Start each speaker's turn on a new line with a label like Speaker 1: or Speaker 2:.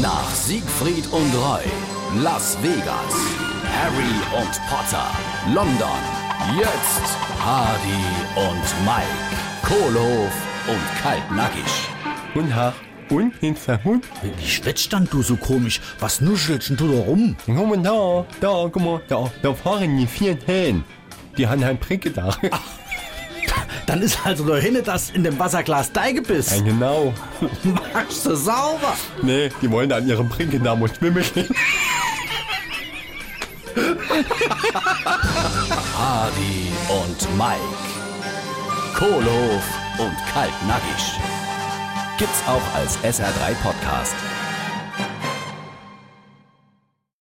Speaker 1: Nach Siegfried und Roy, Las Vegas, Harry und Potter, London, jetzt Hardy und Mike, Kohlhof und Kaltnackig.
Speaker 2: Und Haar. Und hinter Hund.
Speaker 3: Wie schwätzt dann du so komisch? Was nuschelst denn du da rum?
Speaker 2: Dann guck mal da. Da, guck mal. Da, da fahren die vier Hähn. Die haben halt einen Pricke da.
Speaker 3: Dann ist also da hinten das in dem Wasserglas
Speaker 2: Ja,
Speaker 3: Deigebiss.
Speaker 2: genau.
Speaker 3: Machst du sauber.
Speaker 2: Nee, die wollen an ihrem Pricke da muss schwimmen.
Speaker 1: Hardy und Mike, Kohlhof und Kaltnackig. Gibt's auch als SR3 Podcast.